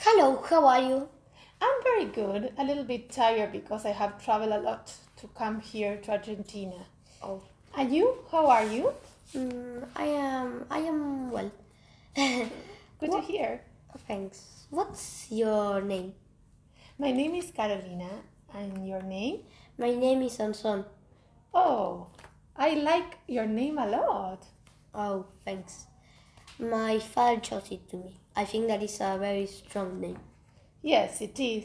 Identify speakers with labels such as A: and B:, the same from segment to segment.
A: Hello, how are you?
B: I'm very good, a little bit tired because I have traveled a lot to come here to Argentina.
A: Oh,
B: And you? How are you?
A: mm, I am. I am well.
B: Good to
A: what?
B: hear.
A: Thanks. What's your name?
B: My name is Carolina, and your name?
A: My name is Anson.
B: Oh, I like your name a lot.
A: Oh, thanks. My father chose it to me. I think that is a very strong name.
B: Yes, it is.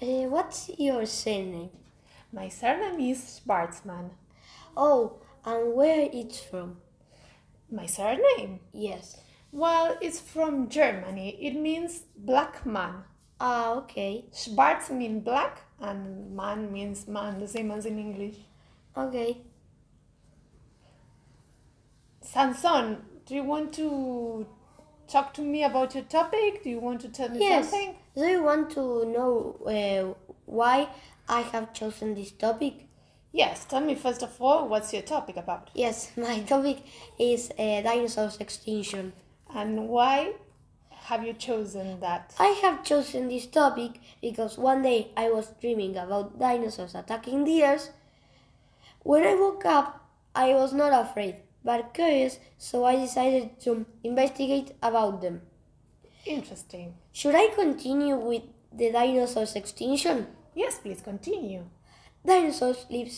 A: Uh, what's your surname?
B: My surname is Schwartzman.
A: Oh, and where it's from?
B: My surname?
A: Yes.
B: Well, it's from Germany. It means black man.
A: Ah, okay.
B: Schwarz means black, and man means man, the same as in English.
A: Okay.
B: Sanson, do you want to talk to me about your topic? Do you want to tell me
A: Yes.
B: something?
A: Do you want to know uh, why I have chosen this topic?
B: Yes, tell me first of all, what's your topic about?
A: Yes, my topic is uh, dinosaurs extinction.
B: And why have you chosen that?
A: I have chosen this topic because one day I was dreaming about dinosaurs attacking deers. When I woke up, I was not afraid but curious, so I decided to investigate about them.
B: Interesting.
A: Should I continue with the dinosaurs extinction?
B: Yes, please continue.
A: Dinosaurs lived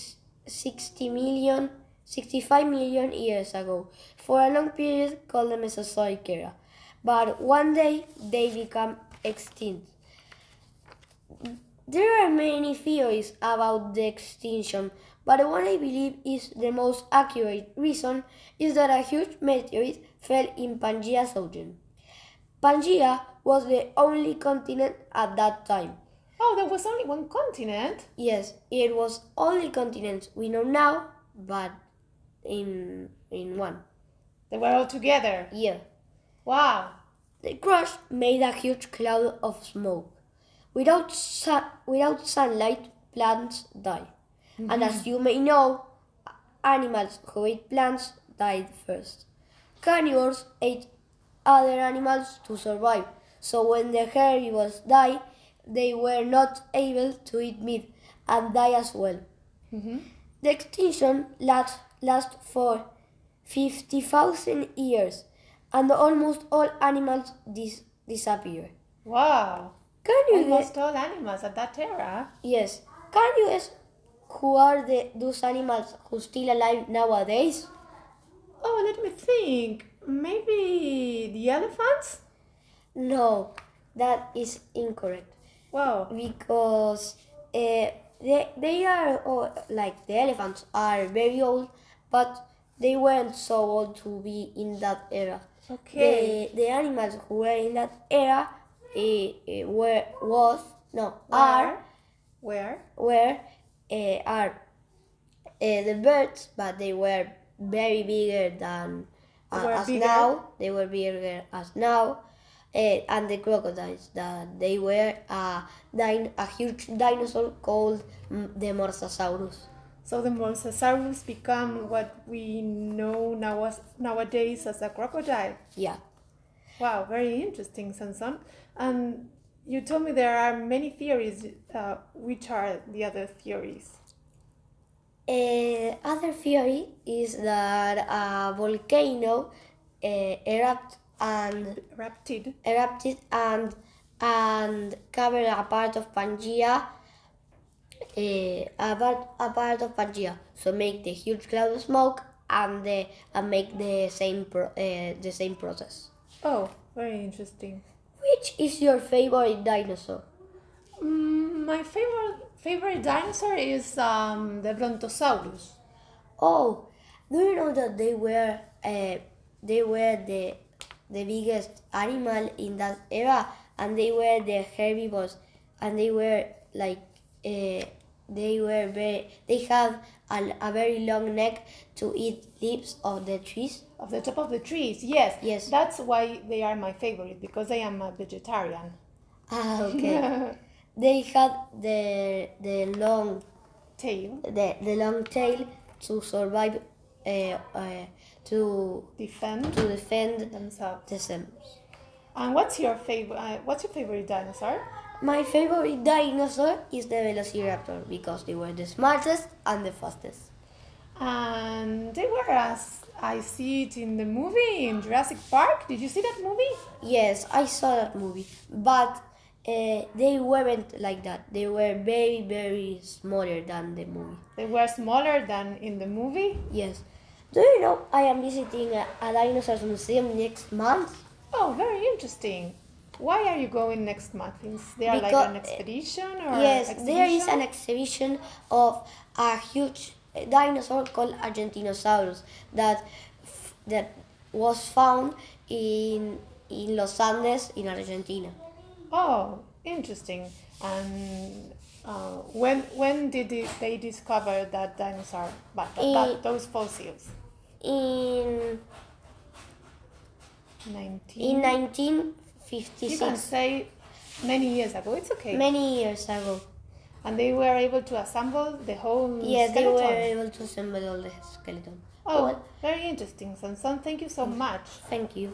A: 60 million, 65 million years ago for a long period called the Mesozoic era. But one day they become extinct. There are many theories about the extinction, but the one I believe is the most accurate reason is that a huge meteorite fell in Pangaea's ocean. Pangaea was the only continent at that time.
B: Oh, there was only one continent?
A: Yes, it was only continents we know now, but in in one.
B: They were all together.
A: Yeah.
B: Wow.
A: The crash made a huge cloud of smoke. Without sun, without sunlight, plants die. And as you may know, animals who ate plants died first. Carnivores ate other animals to survive. So when the herbivores die, they were not able to eat meat and die as well. The extinction last, last for 50,000 years and almost all animals dis- disappear.
B: Wow.
A: Can you guess?
B: Almost all animals at that era.
A: Yes. Can you guess who are the, those animals who still alive nowadays?
B: Oh, let me think. Maybe the elephants?
A: No, that is incorrect
B: Wow.
A: because uh, they, they are all, like the elephants are very old, but they weren't so old to be in that era.
B: Okay.
A: The, the animals who were in that era uh, were was no are
B: Where?
A: were
B: Where?
A: uh, are uh, the birds, but they were very bigger than
B: They
A: uh,
B: were
A: as
B: bigger?
A: now. They were bigger as now, uh, and the crocodiles. That they were a din- a huge dinosaur called mm, the Mosasaurus.
B: So the mosasaurus become what we know now nowadays as a crocodile.
A: Yeah.
B: Wow, very interesting, Sanson. And you told me there are many theories. Uh, which are the other theories?
A: Uh, other theory is that a volcano uh, erupted and
B: Raptid.
A: erupted and and covered a part of Pangaea eh, a part, a part of Pangaea. So make the huge cloud of smoke and the and make the same pro, eh, the same process.
B: Oh, very interesting.
A: Which is your favorite dinosaur?
B: Mm, my favorite favorite dinosaur is um, the Brontosaurus.
A: Oh, do you know that they were eh, they were the the biggest animal in that era, and they were the herbivores, and they were like uh, they were very they had a, a very long neck to eat leaves of the trees.
B: Of the top of the trees, yes.
A: Yes.
B: That's why they are my favorite because I am a vegetarian.
A: Ah, okay. they had the the long
B: Tail
A: the, the long tail to survive, uh, uh, to
B: defend
A: to defend
B: themselves.
A: themselves.
B: And what's your favorite? Uh, what's your favorite dinosaur?
A: My favorite dinosaur is the Velociraptor because they were the smartest and the fastest.
B: And Um, they were as I see it in the movie in Jurassic Park. Did you see that movie?
A: Yes, I saw that movie, but uh, they weren't like that. They were very, very smaller than the movie.
B: They were smaller than in the movie.
A: Yes. Do you know I am visiting a, a dinosaur museum next month?
B: Oh, very interesting. Why are you going next month? Is there like
A: Because-
B: an expedition or
A: yes, there is
B: exhibition?
A: an exhibition of a huge dinosaur called Argentinosaurus that f- that was found in in Los Andes in Argentina.
B: Oh, interesting. And uh, when when did they- they discover that dinosaur? But, but,
A: Eh,
B: but those fossils.
A: In in
B: Nineteen. You can
A: 1956,
B: say many years ago. It's okay.
A: many years ago.
B: Mm, and they were able to assemble the whole
A: Yes, they
B: skeleton.
A: were able to assemble all Mm. the skeleton.
B: Oh,
A: Well,
B: very interesting, Sansan. Thank you so much.
A: thank you.